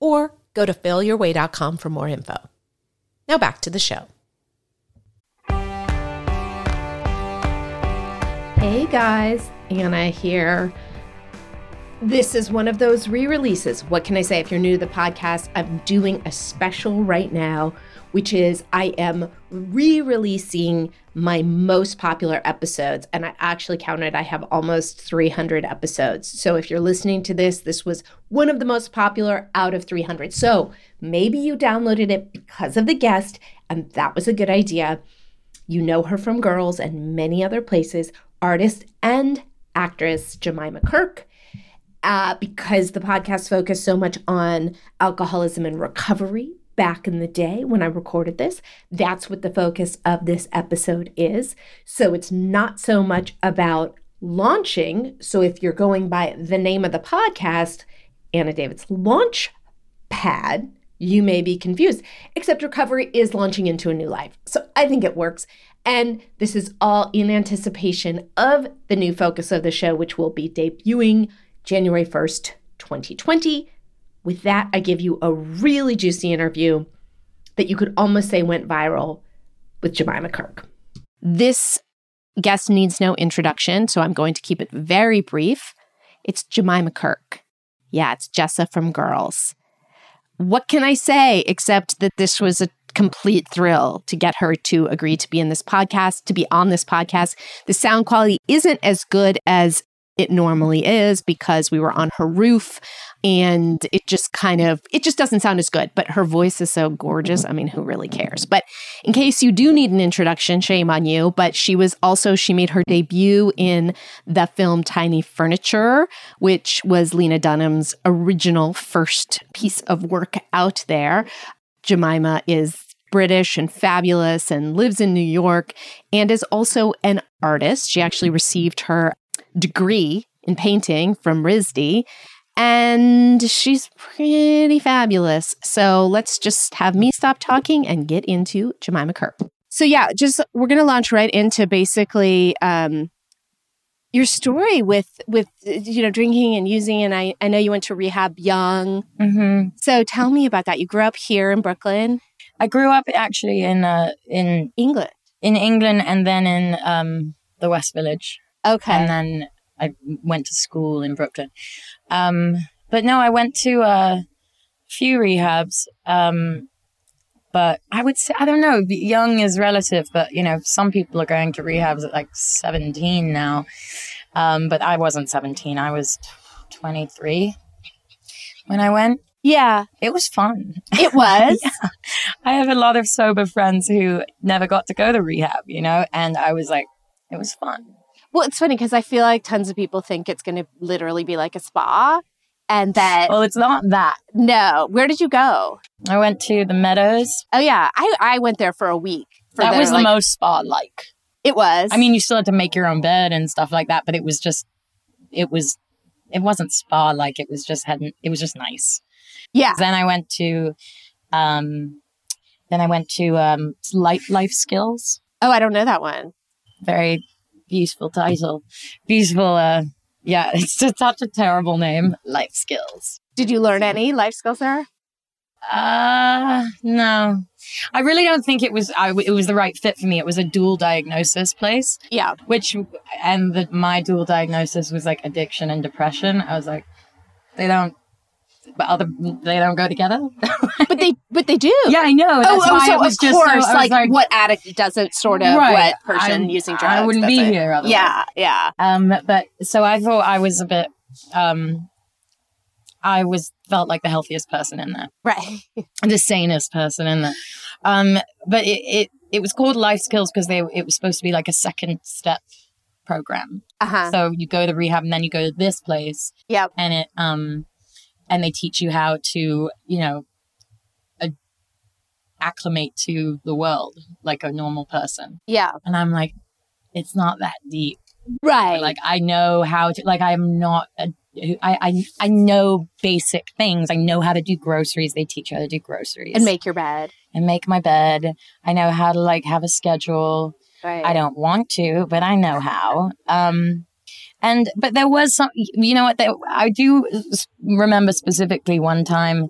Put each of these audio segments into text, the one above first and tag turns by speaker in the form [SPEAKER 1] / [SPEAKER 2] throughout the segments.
[SPEAKER 1] or go to failyourway.com for more info. Now back to the show. Hey guys, Anna here. This is one of those re releases. What can I say? If you're new to the podcast, I'm doing a special right now, which is I am re releasing my most popular episodes. And I actually counted, I have almost 300 episodes. So if you're listening to this, this was one of the most popular out of 300. So maybe you downloaded it because of the guest, and that was a good idea. You know her from Girls and many other places, artist and actress Jemima Kirk. Uh, because the podcast focused so much on alcoholism and recovery back in the day when I recorded this. That's what the focus of this episode is. So it's not so much about launching. So if you're going by the name of the podcast, Anna David's Launch Pad, you may be confused, except recovery is launching into a new life. So I think it works. And this is all in anticipation of the new focus of the show, which will be debuting January 1st, 2020. With that, I give you a really juicy interview that you could almost say went viral with Jemima Kirk. This guest needs no introduction, so I'm going to keep it very brief. It's Jemima Kirk. Yeah, it's Jessa from Girls. What can I say except that this was a complete thrill to get her to agree to be in this podcast, to be on this podcast. The sound quality isn't as good as it normally is because we were on her roof and it just kind of it just doesn't sound as good but her voice is so gorgeous i mean who really cares but in case you do need an introduction shame on you but she was also she made her debut in the film tiny furniture which was lena dunham's original first piece of work out there jemima is British and fabulous and lives in New York and is also an artist. She actually received her degree in painting from RISD, and she's pretty fabulous. So let's just have me stop talking and get into Jemima Kirk. So yeah, just we're gonna launch right into basically um, your story with with you know drinking and using, and I I know you went to rehab young.
[SPEAKER 2] Mm-hmm.
[SPEAKER 1] So tell me about that. You grew up here in Brooklyn,
[SPEAKER 2] I grew up actually in uh, in
[SPEAKER 1] England.
[SPEAKER 2] in England and then in um, the West Village,
[SPEAKER 1] Okay.
[SPEAKER 2] and then I went to school in Brooklyn. Um, but no, I went to a few rehabs. Um, but I would say I don't know. Young is relative, but you know, some people are going to rehabs at like seventeen now. Um, but I wasn't seventeen. I was twenty three when I went.
[SPEAKER 1] yeah,
[SPEAKER 2] It was fun.
[SPEAKER 1] it was.
[SPEAKER 2] I have a lot of sober friends who never got to go to rehab, you know, and I was like, it was fun.
[SPEAKER 1] Well, it's funny because I feel like tons of people think it's going to literally be like a spa, and that
[SPEAKER 2] Well, it's not that.
[SPEAKER 1] no. Where did you go?
[SPEAKER 2] I went to the Meadows.
[SPEAKER 1] Oh yeah, I I went there for a week. For
[SPEAKER 2] that
[SPEAKER 1] their,
[SPEAKER 2] was
[SPEAKER 1] like-
[SPEAKER 2] the most spa like.
[SPEAKER 1] It was.
[SPEAKER 2] I mean, you still had to make your own bed and stuff like that, but it was just, it was, it wasn't spa like. It was just hadn't. It was just nice.
[SPEAKER 1] yeah,
[SPEAKER 2] Then I went to, um, then I went to um, light life skills.
[SPEAKER 1] Oh, I don't know that one.
[SPEAKER 2] Very beautiful title. Beautiful. Uh, yeah, it's just such a terrible name. Life skills.
[SPEAKER 1] Did you learn any life skills there?
[SPEAKER 2] Uh, no. I really don't think it was. I, it was the right fit for me. It was a dual diagnosis place,
[SPEAKER 1] Yeah.
[SPEAKER 2] which and the, my dual diagnosis was like addiction and depression. I was like, they don't, but other they don't go together.
[SPEAKER 1] But they but they do.
[SPEAKER 2] Yeah, I know. That's
[SPEAKER 1] Oh, oh,
[SPEAKER 2] why
[SPEAKER 1] so
[SPEAKER 2] it was
[SPEAKER 1] of
[SPEAKER 2] just so- I
[SPEAKER 1] course,
[SPEAKER 2] was
[SPEAKER 1] like, what addict doesn't sort of
[SPEAKER 2] Right,
[SPEAKER 1] what person
[SPEAKER 2] I-
[SPEAKER 1] using drugs.
[SPEAKER 2] I wouldn't be
[SPEAKER 1] doesn't.
[SPEAKER 2] here. Otherwise.
[SPEAKER 1] Yeah, yeah.
[SPEAKER 2] Um, but so I thought I was a bit. Um, I was felt like the healthiest person in there.
[SPEAKER 1] Right.
[SPEAKER 2] the sanest person in there. Um, but it, it, it was called life skills because they it was supposed to be like a second step program.
[SPEAKER 1] Uh huh.
[SPEAKER 2] So you go to rehab and then you go to this place.
[SPEAKER 1] Yep.
[SPEAKER 2] And it um and they teach you how to, you know, a- acclimate to the world like a normal person.
[SPEAKER 1] Yeah.
[SPEAKER 2] And I'm like, it's not that deep.
[SPEAKER 1] Right.
[SPEAKER 2] Like I know how to. Like I'm not. A, I, I I know basic things. I know how to do groceries. They teach you how to do groceries
[SPEAKER 1] and make your bed.
[SPEAKER 2] and make my bed. I know how to like have a schedule.
[SPEAKER 1] Right.
[SPEAKER 2] I don't want to, but I know how. Um, and but there was some, you know what? There, I do s- remember specifically one time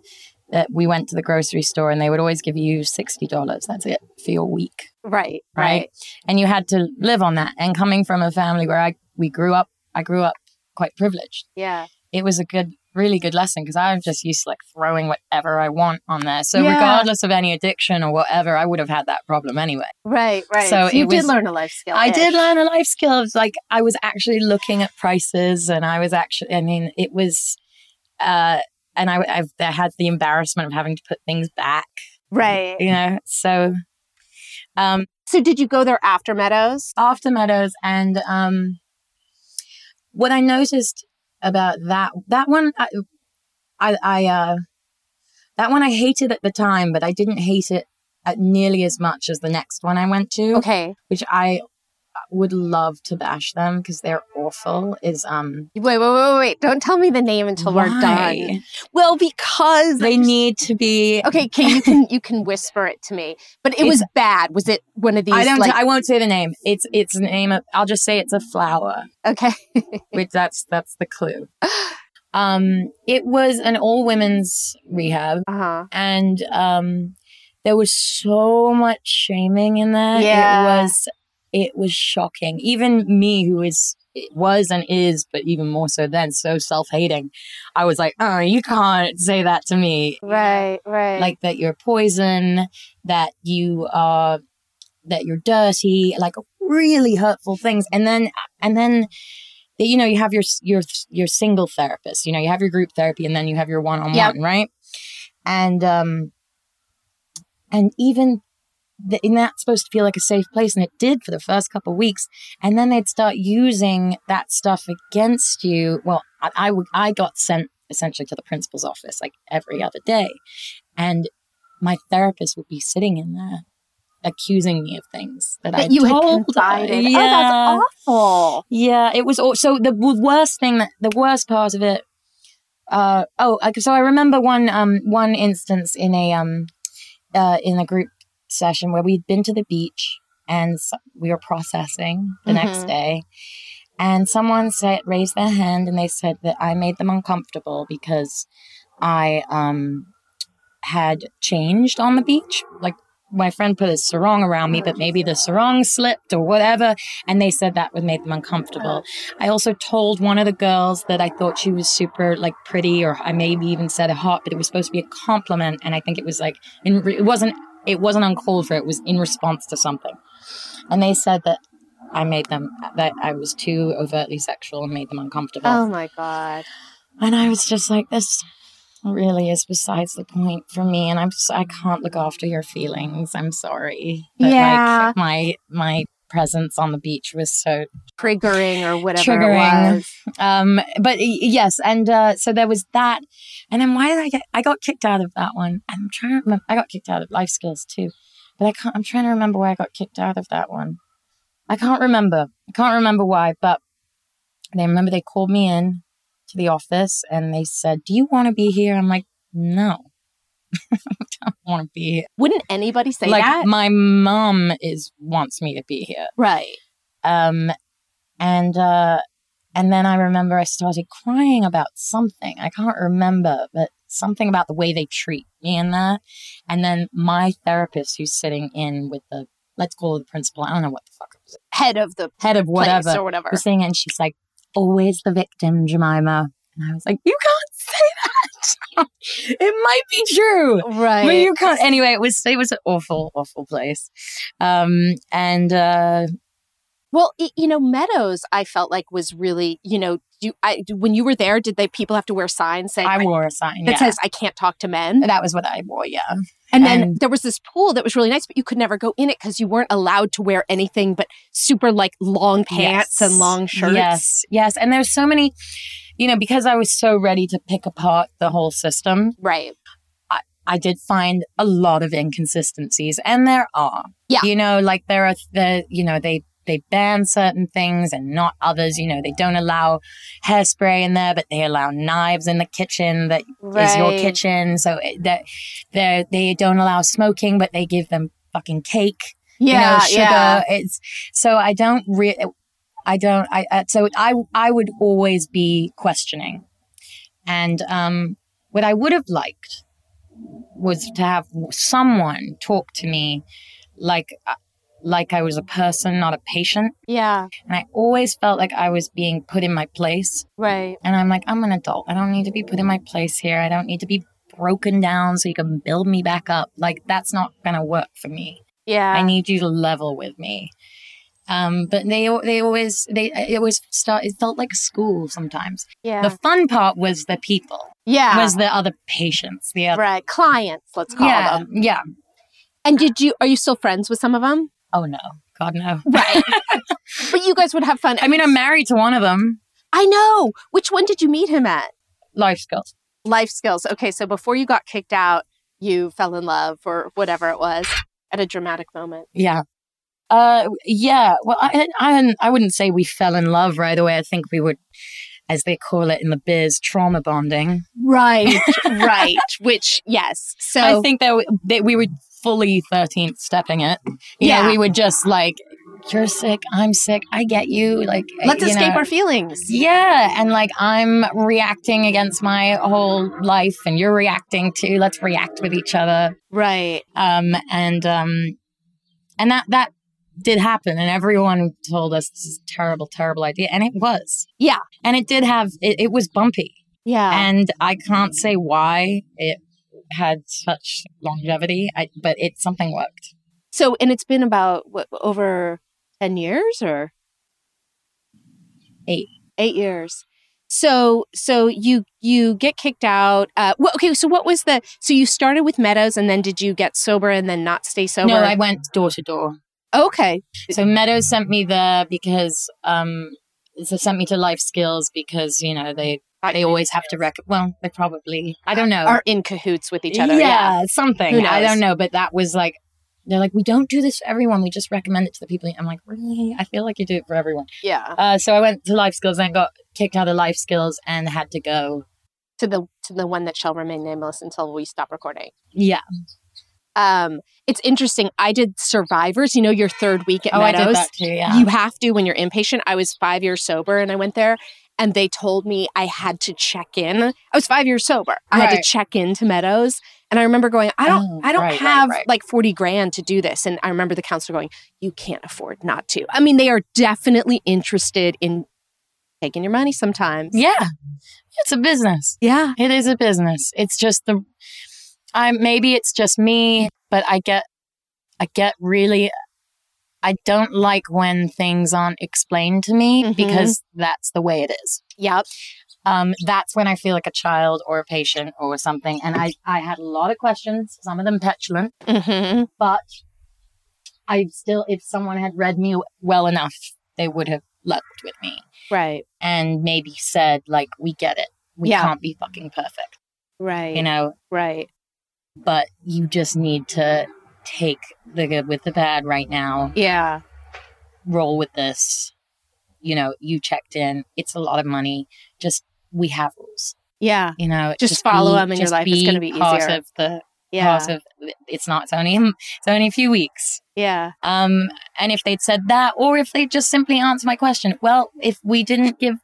[SPEAKER 2] that we went to the grocery store and they would always give you sixty dollars. That's it for your week,
[SPEAKER 1] Right. Right.
[SPEAKER 2] right? And you had to live on that. And coming from a family where I we grew up, I grew up quite privileged.
[SPEAKER 1] Yeah.
[SPEAKER 2] It was a good, really good lesson because I'm just used to like throwing whatever I want on there. So
[SPEAKER 3] Yeah.
[SPEAKER 2] regardless of any addiction or whatever, I would have had that problem anyway.
[SPEAKER 1] Right. Right.
[SPEAKER 2] So
[SPEAKER 1] you
[SPEAKER 2] it
[SPEAKER 1] did
[SPEAKER 2] was-
[SPEAKER 1] learn a life skill.
[SPEAKER 2] I did learn a life skill of like I was actually looking at prices, and I was actually. I mean, it was, uh, and I, I've I had the embarrassment of having to put things back,
[SPEAKER 1] Right.
[SPEAKER 2] you know. So, um,
[SPEAKER 1] So did you go there after Meadows?
[SPEAKER 2] after Meadows, and um, what I noticed about that that one, I, I, I uh, that one I hated at the time, but I didn't hate it at nearly as much as the next one I went to
[SPEAKER 1] Okay.
[SPEAKER 2] which I would love to bash them because they're awful. Is um,
[SPEAKER 1] Wait, wait, wait, wait. Don't tell me the name until we're done.
[SPEAKER 2] why?
[SPEAKER 1] Well, because
[SPEAKER 2] They need to be.
[SPEAKER 1] Okay, okay, you can you can whisper it to me. But it was bad. Was it one of these?
[SPEAKER 2] I don't.
[SPEAKER 1] Like,
[SPEAKER 2] I won't say the name. It's it's the name. Of, I'll just say it's a flower.
[SPEAKER 1] okay.
[SPEAKER 2] Which that's that's the clue. Um, it was an all women's rehab,
[SPEAKER 1] Uh huh.
[SPEAKER 2] and um, there was so much shaming in there.
[SPEAKER 1] Yeah.
[SPEAKER 2] It was it was shocking. Even me, who is was and is, but even more so then, so self hating. I was like, oh, you can't say that to me.
[SPEAKER 1] Right. Right.
[SPEAKER 2] Like that you're poison, that you are, that you're dirty, like really hurtful things. And then, and then, you know, you have your your your single therapist. You know, you have your group therapy, and then you have your one on
[SPEAKER 1] Yep.
[SPEAKER 2] one, right? And um, and even the, and that's supposed to feel like a safe place, and it did for the first couple of weeks. And then they'd start using that stuff against you. Well, I I w- I got sent essentially to the principal's office like every other day, and my therapist would be sitting in there accusing me of things that, I
[SPEAKER 1] that you had
[SPEAKER 2] told
[SPEAKER 1] confided.
[SPEAKER 2] her. Yeah.
[SPEAKER 1] Oh, that's awful.
[SPEAKER 2] Yeah, it was all so the w- worst thing that the worst part of it. Uh oh, I, so I remember one um one instance in a um uh in a group session where we'd been to the beach and s we were processing the next
[SPEAKER 1] Mhm.
[SPEAKER 2] day, and someone said raised their hand and they said that I made them uncomfortable because I um had changed on the beach like. My friend put a sarong around me, but maybe the sarong slipped or whatever, and they said that would make them uncomfortable. I also told one of the girls that I thought she was super like pretty, or I maybe even said hot, but it was supposed to be a compliment, and I think it was like in re- it wasn't it wasn't uncalled for. It was in response to something, and they said that I made them that I was too overtly sexual and made them uncomfortable.
[SPEAKER 1] Oh my god.
[SPEAKER 2] And I was just like, this really is besides the point for me. And I'm just, I can't look after your feelings. I'm sorry. But
[SPEAKER 1] Yeah.
[SPEAKER 2] like my my presence on the beach was so
[SPEAKER 1] Triggering or whatever
[SPEAKER 2] Triggering.
[SPEAKER 1] it was.
[SPEAKER 2] um but y- yes and uh so there was that and then why did i get i got kicked out of that one i'm trying to remember i got kicked out of life skills too but i can't i'm trying to remember why i got kicked out of that one i can't remember i can't remember why but they remember they called me in to the office and they said do you want to be here i'm like no i don't want to be here
[SPEAKER 1] Wouldn't anybody say
[SPEAKER 2] like
[SPEAKER 1] that?
[SPEAKER 2] my mom is wants me to be here
[SPEAKER 1] Right.
[SPEAKER 2] um, and uh, and then I remember I started crying about something. I can't remember, but something about the way they treat me in there. And then my therapist, who's sitting in with the let's call her the principal. I don't know what the fuck it was,
[SPEAKER 1] Head of the
[SPEAKER 2] head of
[SPEAKER 1] place
[SPEAKER 2] whatever,
[SPEAKER 1] or whatever.
[SPEAKER 2] was sitting in. She's like, "Always the victim, Jemima." And I was like, "You can't say that. it might be true."
[SPEAKER 1] Right.
[SPEAKER 2] Well, you can't. Anyway, it was it was an awful, awful place, um, and uh,
[SPEAKER 1] Well, it, you know, Meadows, I felt like was really, you know, do I when you were there, did they people have to wear signs saying
[SPEAKER 2] I wore a sign
[SPEAKER 1] that
[SPEAKER 2] yeah.
[SPEAKER 1] says I can't talk to men?
[SPEAKER 2] That was what I wore, yeah.
[SPEAKER 1] And then
[SPEAKER 2] And-
[SPEAKER 1] there was this pool that was really nice, but you could never go in it because you weren't allowed to wear anything but super like long pants
[SPEAKER 2] Yes.
[SPEAKER 1] and long shirts.
[SPEAKER 2] Yes, yes. And there's so many, you know, because I was so ready to pick apart the whole system,
[SPEAKER 1] Right.
[SPEAKER 2] I did find a lot of inconsistencies, and there are.
[SPEAKER 1] Yeah.
[SPEAKER 2] You know, like there are the you know they they ban certain things and not others. You know, they don't allow hairspray in there, but they allow knives in the kitchen that is
[SPEAKER 1] Right.
[SPEAKER 2] your kitchen. So it- that they they don't allow smoking, but they give them fucking cake.
[SPEAKER 1] Yeah.
[SPEAKER 2] you know, sugar.
[SPEAKER 1] Yeah.
[SPEAKER 2] It's so I don't re I don't. I uh, so I I would always be questioning, and um, what I would have liked was to have someone talk to me, like uh, like I was a person, not a patient.
[SPEAKER 1] Yeah.
[SPEAKER 2] And I always felt like I was being put in my place.
[SPEAKER 1] Right.
[SPEAKER 2] And I'm like, I'm an adult. I don't need to be put in my place here. I don't need to be broken down so you can build me back up. Like that's not gonna work for me.
[SPEAKER 1] Yeah.
[SPEAKER 2] I need you to level with me. Um, but they they always they it always start. It felt like school sometimes.
[SPEAKER 1] yeah.
[SPEAKER 2] The fun part was the people,
[SPEAKER 1] yeah.
[SPEAKER 2] was the other patients, the other
[SPEAKER 1] right. Clients, let's call
[SPEAKER 2] yeah
[SPEAKER 1] them.
[SPEAKER 2] yeah.
[SPEAKER 1] And did you, are you still friends with some of them?
[SPEAKER 2] Oh no, God no.
[SPEAKER 1] Right. but you guys would have fun.
[SPEAKER 2] I mean, I'm married to one of them.
[SPEAKER 1] I know. Which one did you meet him at?
[SPEAKER 2] Life skills.
[SPEAKER 1] Life skills. Okay. So before you got kicked out, you fell in love or whatever it was at a dramatic moment.
[SPEAKER 2] Yeah. Uh, yeah. Well, I, I, I wouldn't say we fell in love right away. I think we would, as they call it in the biz, trauma bonding.
[SPEAKER 1] Right. right. Which, yes. So,
[SPEAKER 2] I think that we, that we were fully 13th stepping it. You yeah.
[SPEAKER 1] Yeah.
[SPEAKER 2] Know, we were just like, you're sick, I'm sick, I get you. Like, eh,
[SPEAKER 1] let's
[SPEAKER 2] you
[SPEAKER 1] escape
[SPEAKER 2] know.
[SPEAKER 1] our feelings.
[SPEAKER 2] Yeah. And like, I'm reacting against my whole life, and you're reacting too. Let's react with each other.
[SPEAKER 1] Right.
[SPEAKER 2] Um, and, um, and that, that, did happen and everyone told us this is a terrible terrible idea and it was
[SPEAKER 1] Yeah.
[SPEAKER 2] and it did have it, it was bumpy
[SPEAKER 1] Yeah.
[SPEAKER 2] and I can't say why it had such longevity, I, but it something worked.
[SPEAKER 1] So, and it's been about what over 10 years or
[SPEAKER 2] Eight.
[SPEAKER 1] 8 years. So, so you you get kicked out. Uh well, okay, so what was the so you started with Meadows and then did you get sober and then not stay sober?
[SPEAKER 2] No, I went door to door.
[SPEAKER 1] okay.
[SPEAKER 2] So Meadows sent me there because um, so sent me to life skills because you know they they always have to rec. Well, they probably I don't know.
[SPEAKER 1] Are in cahoots with each other. Yeah.
[SPEAKER 2] Yeah, something.
[SPEAKER 1] Who
[SPEAKER 2] I
[SPEAKER 1] knows?
[SPEAKER 2] don't know, but that was like they're like we don't do this for everyone. We just recommend it to the people. I'm like really? I feel like you do it for everyone.
[SPEAKER 1] Yeah.
[SPEAKER 2] Uh, so I went to life skills and got kicked out of life skills and had to go.
[SPEAKER 1] To the to the one that shall remain nameless until we stop recording.
[SPEAKER 2] Yeah,
[SPEAKER 1] Um it's interesting. I did Survivors, you know, your third week at
[SPEAKER 2] Oh, I
[SPEAKER 1] Meadows.
[SPEAKER 2] did that too. Yeah.
[SPEAKER 1] You have to when you're impatient. I was five years sober and I went there and they told me I had to check in. I was five years sober. I had to
[SPEAKER 2] Right.
[SPEAKER 1] check in to Meadows. And I remember going, I don't
[SPEAKER 2] Oh,
[SPEAKER 1] I don't
[SPEAKER 2] right, right,
[SPEAKER 1] have
[SPEAKER 2] right.
[SPEAKER 1] like 40 grand to do this. And I remember the counselor going, You can't afford not to. I mean, they are definitely interested in taking your money sometimes.
[SPEAKER 2] yeah, it's a business.
[SPEAKER 1] Yeah.
[SPEAKER 2] It is a business. It's just the, I maybe it's just me, but I get, I get really, I don't like when things aren't explained to me
[SPEAKER 1] Mhm.
[SPEAKER 2] because that's the way it is.
[SPEAKER 1] Yep.
[SPEAKER 2] Um, that's when I feel like a child or a patient or something. And I, I had a lot of questions, some of them petulant,
[SPEAKER 1] hmm
[SPEAKER 2] but I still, if someone had read me well enough, they would have left with me.
[SPEAKER 1] Right.
[SPEAKER 2] and maybe said like we get it we
[SPEAKER 1] Yeah.
[SPEAKER 2] can't be fucking perfect
[SPEAKER 1] Right.
[SPEAKER 2] you know
[SPEAKER 1] Right.
[SPEAKER 2] but you just need to take the good with the bad right now
[SPEAKER 1] Yeah.
[SPEAKER 2] roll with this you know you checked in it's a lot of money just we have rules
[SPEAKER 1] Yeah.
[SPEAKER 2] you know
[SPEAKER 1] Just follow
[SPEAKER 2] be-
[SPEAKER 1] 'em and your
[SPEAKER 2] just
[SPEAKER 1] life is gonna be
[SPEAKER 2] part
[SPEAKER 1] easier.
[SPEAKER 2] of the
[SPEAKER 1] Yeah.
[SPEAKER 2] part of it's not it's only it's only a few weeks
[SPEAKER 1] Yeah.
[SPEAKER 2] um and if they'd said that or if they just simply answered my question well if we didn't give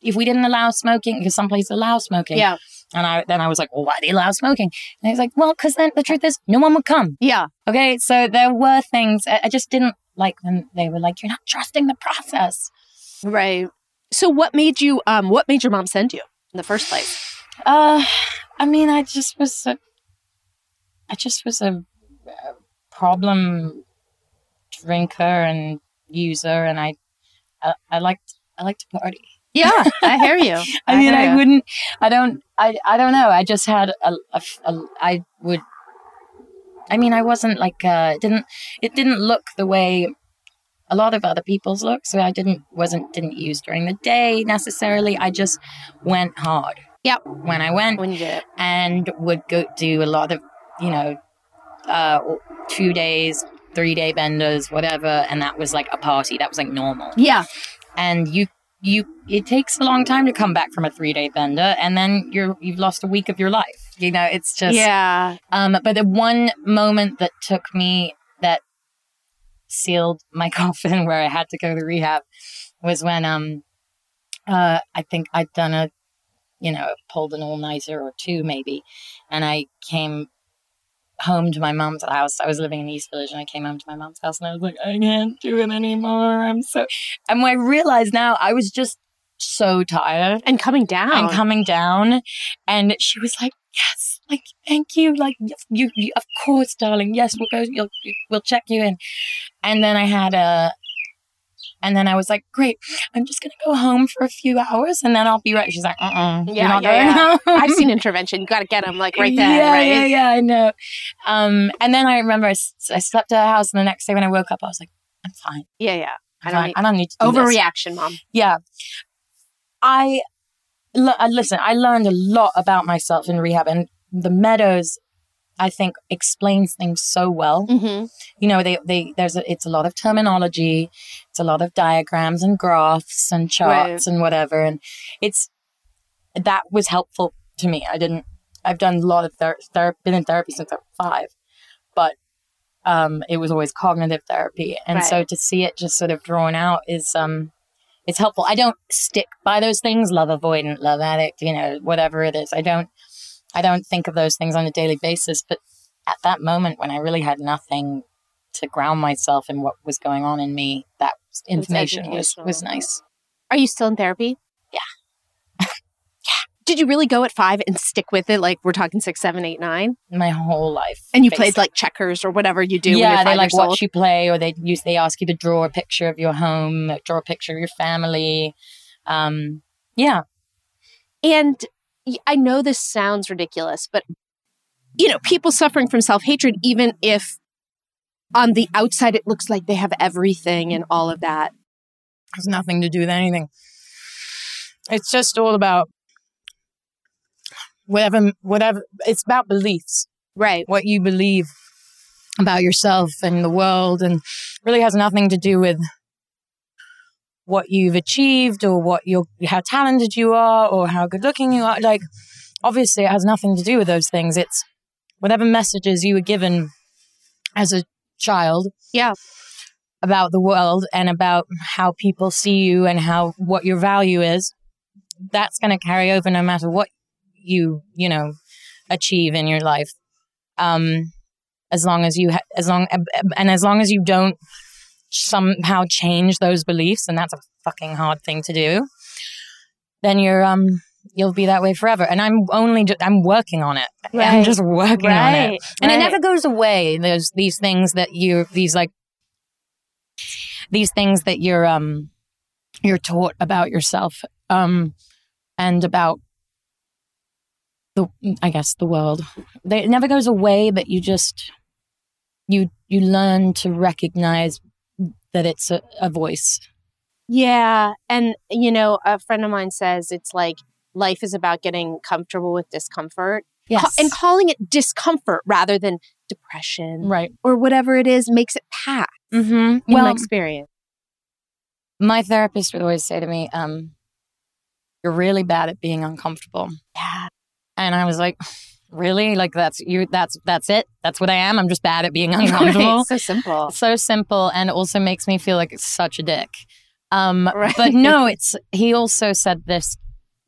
[SPEAKER 2] if we didn't allow smoking because some places allow smoking
[SPEAKER 1] Yeah.
[SPEAKER 2] And I then I was like, well, why do you allow smoking? And he's like, well, because then the truth is, no one would come.
[SPEAKER 1] Yeah.
[SPEAKER 2] Okay, so there were things I, I just didn't like when they were like, you're not trusting the process.
[SPEAKER 1] Right. So what made you um what made your mom send you in the first place?
[SPEAKER 2] Uh, I mean, I just was, a, I just was a, uh problem drinker and user, and I, I, I liked, I like to party.
[SPEAKER 1] Yeah, I hear you.
[SPEAKER 2] I mean,
[SPEAKER 1] hear
[SPEAKER 2] I
[SPEAKER 1] ya.
[SPEAKER 2] wouldn't. I don't. I. I don't know. I just had a. a f- a- I would. I mean, I wasn't like. Uh, it didn't. It didn't look the way a lot of other people's looks. So I didn't wasn't didn't use during the day necessarily. I just went hard.
[SPEAKER 1] Yep.
[SPEAKER 2] When I went
[SPEAKER 1] When you did it.
[SPEAKER 2] and would go do a lot of you know uh, two days, three day benders, whatever, and that was like a party. That was like normal.
[SPEAKER 1] Yeah.
[SPEAKER 2] And you you it takes a long time to come back from a three day bender, and then you're you've lost a week of your life. You know, it's just
[SPEAKER 1] yeah.
[SPEAKER 2] um, but the one moment that took me that sealed my coffin where I had to go to rehab was when um, uh, I think I'd done a, you know, pulled an all nighter or two maybe, and I came home to my mom's house. I was living in East Village, and I came home to my mom's house, and I was like, I can't do it anymore. I'm so, and when I realized now, I was just so tired
[SPEAKER 1] And coming down.
[SPEAKER 2] and coming down and she was like yes like thank you like yes, you, you of course darling yes we'll go you'll, you, we'll check you in and then i had a and then i was like great i'm just gonna go home for a few hours and then i'll be right she's like uh-uh
[SPEAKER 1] Yeah,
[SPEAKER 2] you're
[SPEAKER 1] yeah,
[SPEAKER 2] not going
[SPEAKER 1] yeah.
[SPEAKER 2] home
[SPEAKER 1] I've seen intervention. You got to get them like right there,
[SPEAKER 2] yeah,
[SPEAKER 1] right?
[SPEAKER 2] Yeah, yeah, I know. Um, and then I remember I, s- I slept at her house, and the next day when I woke up, I was like, "I'm fine.
[SPEAKER 1] yeah, yeah. I don't e,
[SPEAKER 2] I'm fine.
[SPEAKER 1] need-
[SPEAKER 2] I don't need to do this."
[SPEAKER 1] Overreaction, mom.
[SPEAKER 2] Yeah. I l- uh, listen, I learned a lot about myself in rehab and the meadows I think explains things so well.
[SPEAKER 1] Mm-hmm.
[SPEAKER 2] You know, they they there's a, it's a lot of terminology, it's a lot of diagrams and graphs and charts and whatever and it's that was helpful to me. I didn't I've done a lot of ther- ther- been in therapy since I'm 5. But um, it was always cognitive therapy and so
[SPEAKER 1] Right.
[SPEAKER 2] to see it just sort of drawn out is um it's helpful. I don't stick by those things, love avoidant, love addict, you know, whatever it is. I don't I don't think of those things on a daily basis, but at that moment when I really had nothing to ground myself in what was going on in me, that information was was
[SPEAKER 1] educational.
[SPEAKER 2] nice.
[SPEAKER 1] Are you still in therapy?
[SPEAKER 2] Yeah.
[SPEAKER 1] Did you really go at five and stick with it? Like we're talking six, seven, eight, nine,
[SPEAKER 2] My whole life.
[SPEAKER 1] and you
[SPEAKER 2] basically.
[SPEAKER 1] played like checkers or whatever you do. when
[SPEAKER 2] yeah,
[SPEAKER 1] you're
[SPEAKER 2] they
[SPEAKER 1] five
[SPEAKER 2] like
[SPEAKER 1] years old?
[SPEAKER 2] watch you play, or they use they ask you to draw a picture of your home, draw a picture of your family. Um, yeah,
[SPEAKER 1] And y- I know this sounds ridiculous, but you know, people suffering from self hatred, even if on the outside it looks like they have everything and all of that.
[SPEAKER 4] has nothing to do with anything. It's just all about whatever, whatever. It's about beliefs,
[SPEAKER 1] Right.
[SPEAKER 4] what you believe about yourself and the world, and really has nothing to do with what you've achieved or what you're, how talented you are or how good looking you are. Like, obviously, it has nothing to do with those things. It's whatever messages you were given as a child
[SPEAKER 1] Yeah.
[SPEAKER 4] about the world and about how people see you and how what your value is that's going to carry over no matter what you you know achieve in your life um as long as you ha- as long and as long as you don't somehow change those beliefs and that's a fucking hard thing to do then you're um you'll be that way forever and i'm only ju- i'm working on it i'm
[SPEAKER 1] Right.
[SPEAKER 4] just working on it
[SPEAKER 1] Right.
[SPEAKER 4] and it
[SPEAKER 1] right.
[SPEAKER 4] never goes away there's these things that you these like these things that you're um you're taught about yourself um and about the i guess the world they, it never goes away but you just you you learn to recognize that it's a, a voice
[SPEAKER 1] Yeah. And, you know, a friend of mine says it's like life is about getting comfortable with discomfort Ca-
[SPEAKER 4] yes
[SPEAKER 1] and calling it discomfort rather than depression
[SPEAKER 4] right
[SPEAKER 1] or whatever it is makes it pass
[SPEAKER 4] mm-hmm.
[SPEAKER 1] in my
[SPEAKER 4] well
[SPEAKER 1] experience.
[SPEAKER 4] my therapist would always say to me um you're really bad at being uncomfortable
[SPEAKER 1] Yeah.
[SPEAKER 4] And I was like, really? Like that's you that's that's it? That's what I am. I'm just bad at being uncomfortable.
[SPEAKER 1] Right. So simple.
[SPEAKER 4] So simple and also makes me feel like it's such a dick. Um
[SPEAKER 1] Right.
[SPEAKER 4] but no, it's he also said this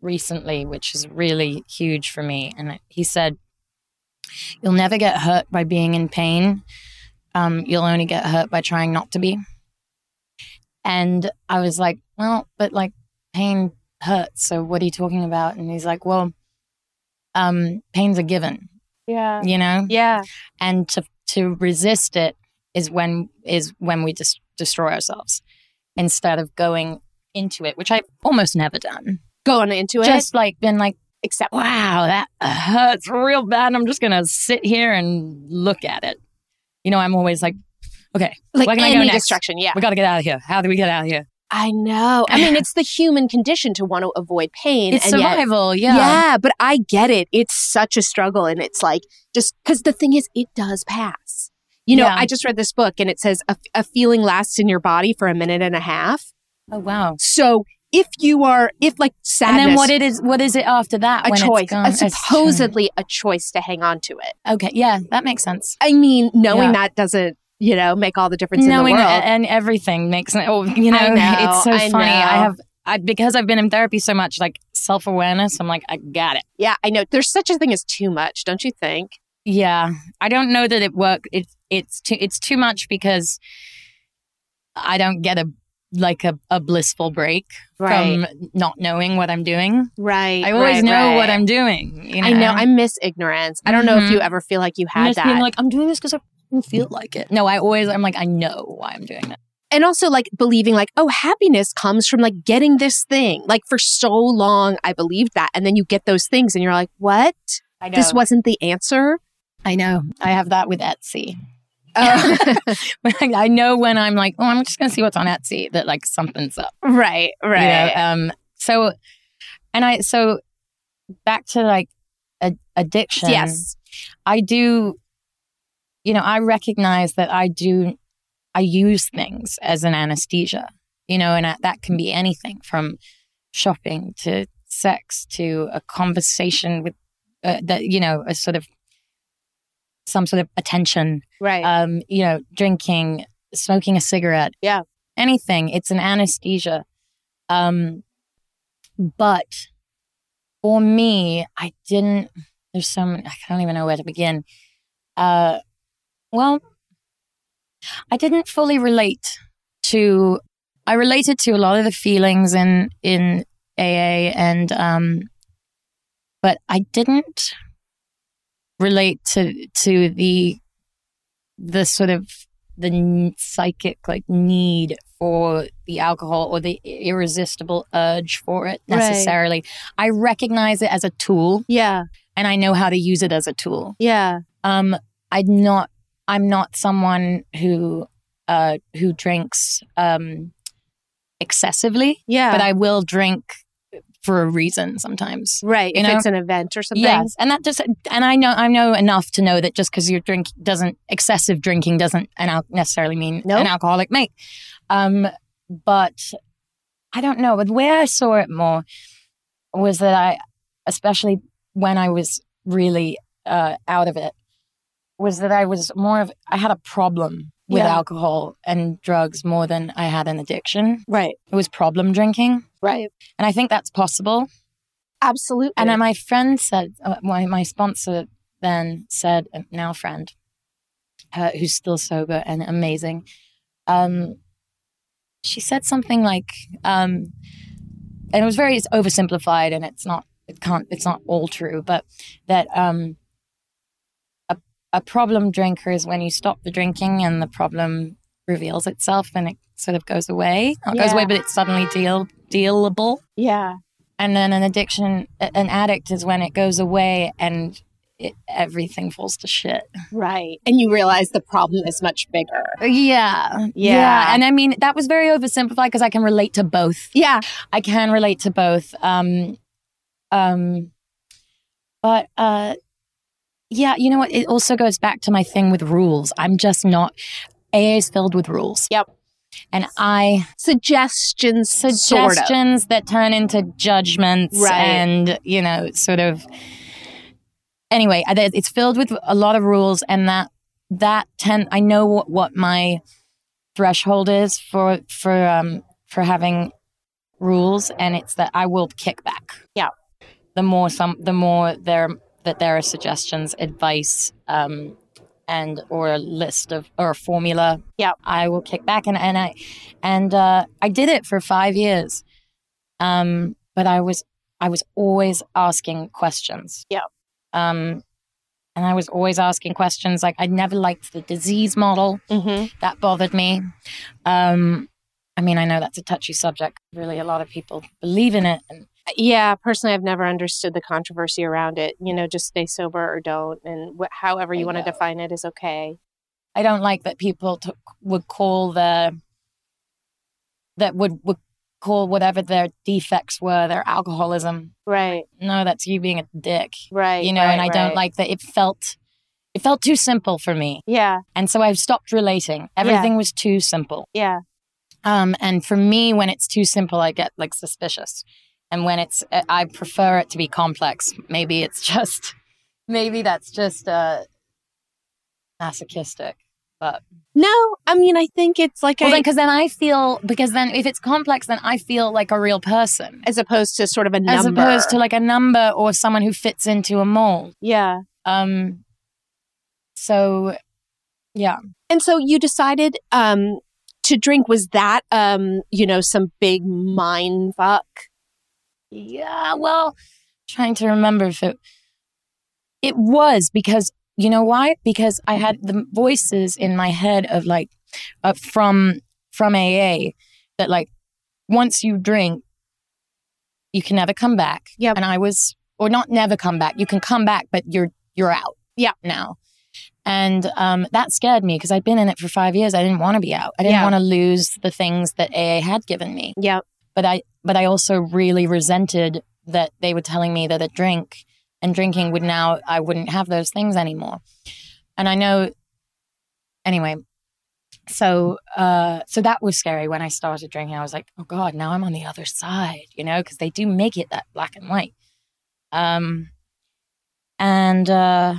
[SPEAKER 4] recently, which is really huge for me. And he said, You'll never get hurt by being in pain. Um, you'll only get hurt by trying not to be. And I was like, Well, but like pain hurts. So what are you talking about? And he's like, Well, um, pain's a given,
[SPEAKER 1] yeah.
[SPEAKER 4] you know?
[SPEAKER 1] Yeah.
[SPEAKER 4] and to to resist it is when is when we just destroy ourselves instead of going into it which i've almost never done
[SPEAKER 1] Going into it.
[SPEAKER 4] just like been like
[SPEAKER 1] accept.
[SPEAKER 4] wow that hurts real bad i'm just gonna sit here and look at it you know i'm always like
[SPEAKER 1] Like
[SPEAKER 2] Where can I go
[SPEAKER 1] any
[SPEAKER 2] next?
[SPEAKER 1] distraction. Yeah.
[SPEAKER 2] We got to get out of here. How do we get out of here?
[SPEAKER 1] I know. I mean, it's the human condition to want to avoid pain.
[SPEAKER 2] It's
[SPEAKER 1] and yet-
[SPEAKER 2] survival.
[SPEAKER 1] yeah.
[SPEAKER 2] yeah.
[SPEAKER 1] but I get it. It's such a struggle. And it's like, just because the thing is, it does pass. You know,
[SPEAKER 2] Yeah.
[SPEAKER 1] I just read this book and it says a, a feeling lasts in your body for a minute and a half.
[SPEAKER 2] Oh wow.
[SPEAKER 1] So if you are, if like sadness,
[SPEAKER 2] And then what it is? What is it after that?
[SPEAKER 1] a
[SPEAKER 2] when
[SPEAKER 1] choice,
[SPEAKER 2] It's gone?
[SPEAKER 1] a
[SPEAKER 2] It's a
[SPEAKER 1] supposedly a choice to hang on to it.
[SPEAKER 2] choice. Okay. Yeah, that makes sense.
[SPEAKER 1] I mean, knowing
[SPEAKER 2] Yeah.
[SPEAKER 1] that doesn't, you know, make all the difference
[SPEAKER 2] Knowing
[SPEAKER 1] in the
[SPEAKER 2] a-
[SPEAKER 1] world.
[SPEAKER 2] and everything makes sense. Oh, you know,
[SPEAKER 1] I know,
[SPEAKER 2] it's so
[SPEAKER 1] I
[SPEAKER 2] funny. I
[SPEAKER 1] know.
[SPEAKER 2] have I because I've been in therapy so much, like self awareness. I'm like, I got it.
[SPEAKER 1] yeah, I know. There's such a thing as too much, don't you think?
[SPEAKER 2] Yeah, I don't know that it worked. It, it's too it's too much because I don't get a like a, a blissful break from not knowing what I'm doing.
[SPEAKER 1] right.
[SPEAKER 2] I always
[SPEAKER 1] right,
[SPEAKER 2] know
[SPEAKER 1] right.
[SPEAKER 2] what I'm doing. You know?
[SPEAKER 1] I know. I miss ignorance. I don't know if
[SPEAKER 2] Mhm.
[SPEAKER 1] you ever feel like you
[SPEAKER 2] I'm
[SPEAKER 1] had
[SPEAKER 2] just being
[SPEAKER 1] that.
[SPEAKER 2] like I'm doing this because I fucking feel like it. No, I always I'm like I know why I'm doing that.
[SPEAKER 1] and also like believing like, oh, happiness comes from like getting this thing. Like for so long, I believed that. And then you get those things and you're like, what?
[SPEAKER 2] I know.
[SPEAKER 1] This wasn't the answer.
[SPEAKER 2] I know. I have that with Etsy.
[SPEAKER 1] Oh,
[SPEAKER 2] I know when I'm like, oh, I'm just going to see what's on Etsy that like something's up.
[SPEAKER 1] right,
[SPEAKER 2] you know?
[SPEAKER 1] right.
[SPEAKER 2] Um. So, and I so back to like a, addiction.
[SPEAKER 1] Yes.
[SPEAKER 2] I do. You know, I recognize that I do. I use things as an anesthesia. You know, and I, that can be anything from shopping to sex to a conversation with uh, that. You know, a sort of some sort of attention
[SPEAKER 1] Right.
[SPEAKER 2] um, you know, drinking, smoking a cigarette,
[SPEAKER 1] Yeah.
[SPEAKER 2] anything. It's an anesthesia. Um, but for me, I didn't. There's so many. I don't even know where to begin. Uh, well, I didn't fully relate to. I related to a lot of the feelings in in AA and um, but I didn't relate to to the the sort of the n- psychic like need for the alcohol or the irresistible urge for it
[SPEAKER 1] Right.
[SPEAKER 2] necessarily. I recognize it as a tool
[SPEAKER 1] yeah.
[SPEAKER 2] and I know how to use it as a tool.
[SPEAKER 1] Yeah.
[SPEAKER 2] Um, I'm not I'm not someone who uh, who drinks um, excessively,
[SPEAKER 1] Yeah.
[SPEAKER 2] but I will drink for a reason sometimes.
[SPEAKER 1] right.
[SPEAKER 2] you
[SPEAKER 1] If
[SPEAKER 2] know?
[SPEAKER 1] it's an event or something.
[SPEAKER 2] Yes, and that just and I know I know enough to know that just because you're drink doesn't excessive drinking doesn't an al- necessarily mean
[SPEAKER 1] Nope.
[SPEAKER 2] an alcoholic mate. Um, but I don't know. But where I saw it more was that I, especially when I was really uh, out of it, was that I was more of I had a problem with
[SPEAKER 1] Yeah.
[SPEAKER 2] alcohol and drugs more than I had an addiction.
[SPEAKER 1] Right.
[SPEAKER 2] It was problem drinking,
[SPEAKER 1] Right.
[SPEAKER 2] and I think that's possible.
[SPEAKER 1] Absolutely.
[SPEAKER 2] And then my friend said, uh, my, my sponsor then said, uh, now friend, uh, who's still sober and amazing, um, she said something like, um, and it was very oversimplified and it's not, it can't, it's not all true, but that um, a, a problem drinker is when you stop the drinking and the problem reveals itself and it sort of goes away. Not goes away,
[SPEAKER 1] Yeah.
[SPEAKER 2] but it's suddenly deal, dealable
[SPEAKER 1] yeah.
[SPEAKER 2] and then an addiction a- an addict is when it goes away and it, everything falls to shit
[SPEAKER 1] Right. And you realize the problem is much bigger.
[SPEAKER 2] yeah
[SPEAKER 1] Uh, Yeah.
[SPEAKER 2] and i mean that was very oversimplified because i can relate to both
[SPEAKER 1] Yeah.
[SPEAKER 2] i can relate to both um um but uh yeah you know what it also goes back to my thing with rules i'm just not aa is filled with rules
[SPEAKER 1] Yep.
[SPEAKER 2] and i
[SPEAKER 1] Suggestions, sort of.
[SPEAKER 2] suggestions that turn into judgments
[SPEAKER 1] Right.
[SPEAKER 2] and you know sort of anyway I- that- it's filled with a lot of rules and that that ten i know what, what my threshold is for for um for having rules and it's that i will kick back
[SPEAKER 1] Yeah.
[SPEAKER 2] the more some the more there that there are suggestions advice um and or a list of or a formula
[SPEAKER 1] Yeah.
[SPEAKER 2] i will kick back and and i and uh, I did it for five years. Um, but I was I was always asking questions.
[SPEAKER 1] Yeah.
[SPEAKER 2] Um, and I was always asking questions. Like I never liked the disease model.
[SPEAKER 1] Mm-hmm.
[SPEAKER 2] That bothered me. Um, I mean, I know that's a touchy subject. Really, a lot of people believe in it. And
[SPEAKER 1] yeah personally i've never understood the controversy around it you know just stay sober or don't and wh- however you
[SPEAKER 2] I
[SPEAKER 1] want to
[SPEAKER 2] know.
[SPEAKER 1] define it is okay
[SPEAKER 2] I don't like that people t- would call their that would would call whatever their defects were their alcoholism.
[SPEAKER 1] Right.
[SPEAKER 2] No, that's you being a dick.
[SPEAKER 1] Right.
[SPEAKER 2] you know,
[SPEAKER 1] right,
[SPEAKER 2] and I
[SPEAKER 1] right.
[SPEAKER 2] don't like that. It felt it felt too simple for me,
[SPEAKER 1] Yeah.
[SPEAKER 2] and so I've stopped relating. Everything was too simple.
[SPEAKER 1] Yeah.
[SPEAKER 2] Um, and for me, when it's too simple, I get like suspicious. And when it's, uh, I prefer it to be complex. Maybe it's just, maybe that's just uh, masochistic.
[SPEAKER 1] No, I mean, I think it's like
[SPEAKER 2] Well,
[SPEAKER 1] I-
[SPEAKER 2] then, because then I feel, because then if it's complex, then I feel like a real person
[SPEAKER 1] as opposed to sort of a
[SPEAKER 2] as
[SPEAKER 1] number.
[SPEAKER 2] opposed to like a number or someone who fits into a mold.
[SPEAKER 1] yeah.
[SPEAKER 2] Um, so,
[SPEAKER 1] And so you decided um, to drink. Was that, um, you know, some big mind fuck?
[SPEAKER 2] yeah, well, trying to remember if it, it was because you know why because i had the voices in my head of like uh, from from aa that like once you drink you can never come back
[SPEAKER 1] Yep.
[SPEAKER 2] and i was or not never come back you can come back but you're you're out
[SPEAKER 1] Yep.
[SPEAKER 2] now and um, that scared me because i'd been in it for five years i didn't want to be out i didn't
[SPEAKER 1] Yeah.
[SPEAKER 2] want to lose the things that aa had given me
[SPEAKER 1] Yep.
[SPEAKER 2] but i but i also really resented that they were telling me that a drink and drinking would now I wouldn't have those things anymore. And I know anyway. So uh so that was scary when I started drinking. I was like, "Oh god, now I'm on the other side," you know, because they do make it that black and white. Um and uh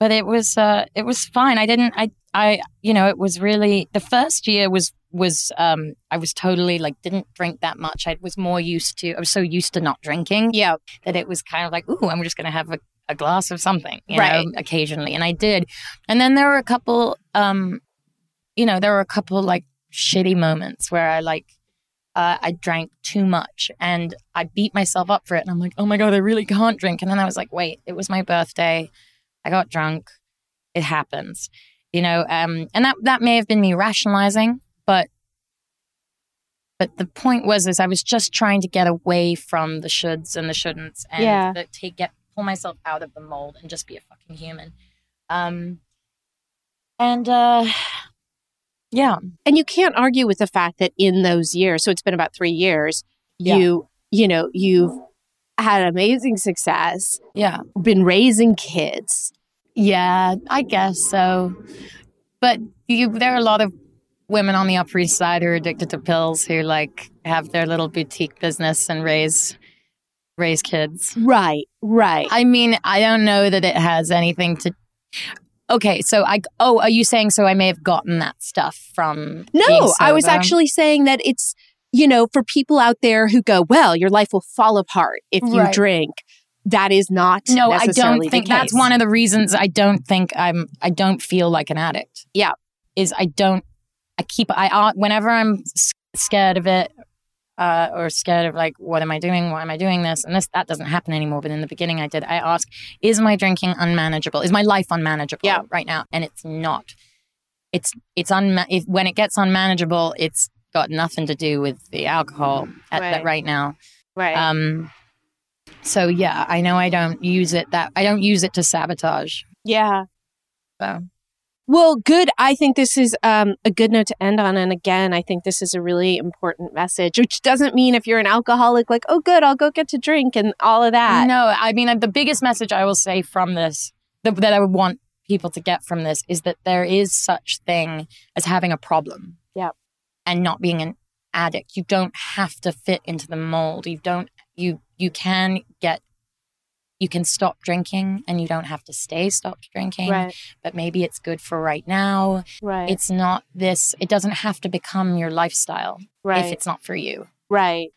[SPEAKER 2] but it was uh it was fine. I didn't I I you know, it was really the first year was was um I was totally like didn't drink that much. I was more used to I was so used to not drinking
[SPEAKER 1] Yeah.
[SPEAKER 2] that it was kind of like, ooh, I'm just going to have a, a glass of something, you
[SPEAKER 1] Right.
[SPEAKER 2] know, occasionally. And I did. And then there were a couple, um, you know, there were a couple like shitty moments where I like, uh, I drank too much and I beat myself up for it. And I'm like, oh my God, I really can't drink. And then I was like, wait, it was my birthday. I got drunk. It happens, you know, um, and that, that may have been me rationalizing, but, but the point was, is I was just trying to get away from the shoulds and the shouldn'ts and
[SPEAKER 1] Yeah.
[SPEAKER 2] the, take, get, pull myself out of the mold and just be a fucking human. Um, and, uh, yeah,
[SPEAKER 1] and you can't argue with the fact that in those years so it's been about three years
[SPEAKER 2] Yeah.
[SPEAKER 1] you you know you've had amazing success
[SPEAKER 2] yeah.
[SPEAKER 1] been raising kids
[SPEAKER 2] Yeah, I guess so. But you, there are a lot of women on the Upper East Side who are addicted to pills who like have their little boutique business and raise raise kids.
[SPEAKER 1] right right
[SPEAKER 2] I mean, I don't know that it has anything to. Okay, so I. Oh, are you saying so? I may have gotten that stuff from. being
[SPEAKER 1] no i was
[SPEAKER 2] sober?
[SPEAKER 1] actually saying that it's you know for people out there who go well your life will fall apart if you
[SPEAKER 2] Right.
[SPEAKER 1] drink that is not
[SPEAKER 2] No, I
[SPEAKER 1] necessarily
[SPEAKER 2] don't
[SPEAKER 1] the
[SPEAKER 2] think that's
[SPEAKER 1] case.
[SPEAKER 2] one of the reasons I don't think I'm. I don't feel like an addict.
[SPEAKER 1] Yeah.
[SPEAKER 2] is I don't. I keep. I uh, whenever I'm s- scared of it, uh, or scared of like, what am I doing? Why am I doing this? And this that doesn't happen anymore. But in the beginning, I did. I ask, is my drinking unmanageable? Is my life unmanageable
[SPEAKER 1] Yeah.
[SPEAKER 2] right now? And it's not. It's it's unma- if, when it gets unmanageable, it's got nothing to do with the alcohol at
[SPEAKER 1] Right.
[SPEAKER 2] that right now.
[SPEAKER 1] right
[SPEAKER 2] Um, so yeah, I know I don't use it that I don't use it to sabotage.
[SPEAKER 1] yeah
[SPEAKER 2] So.
[SPEAKER 1] Well, good. I think this is um, a good note to end on. And again, I think this is a really important message, which doesn't mean if you're an alcoholic, like, oh, good, I'll go get to drink and all of that.
[SPEAKER 2] no, I mean uh, the biggest message I will say from this that, that I would want people to get from this is that there is such thing as having a problem.
[SPEAKER 1] Yep.
[SPEAKER 2] And not being an addict. You don't have to fit into the mold. You don't you you can get you can stop drinking and you don't have to stay stopped drinking. But maybe it's good for right now.
[SPEAKER 1] right,
[SPEAKER 2] It's not this it doesn't have to become your lifestyle. if it's not for you.
[SPEAKER 1] right.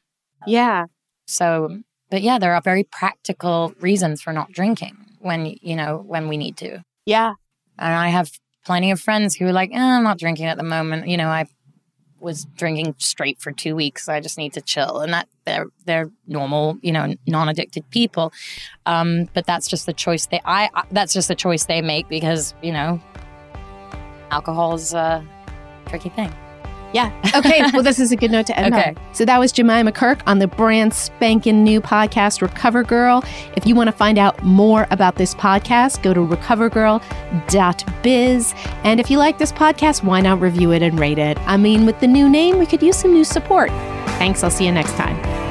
[SPEAKER 1] Yeah,
[SPEAKER 2] So, but yeah, there are very practical reasons for not drinking when, you know, when we need to.
[SPEAKER 1] yeah,
[SPEAKER 2] And I have plenty of friends who are like, eh, I'm not drinking at the moment. You know, I was drinking straight for two weeks. I just need to chill. And that they're, they're normal, you know, non addicted people. Um, but that's just the choice they, I, I- that's just the choice they make because, you know, alcohol is a tricky thing.
[SPEAKER 1] Yeah. Okay. well, this is a good note to end
[SPEAKER 2] Okay.
[SPEAKER 1] on. So that was Jemima Kirk on the brand spanking new podcast, Recover Girl. If you want to find out more about this podcast, go to recovergirl.biz. And if you like this podcast, why not review it and rate it? I mean, with the new name, we could use some new support. Thanks. I'll see you next time.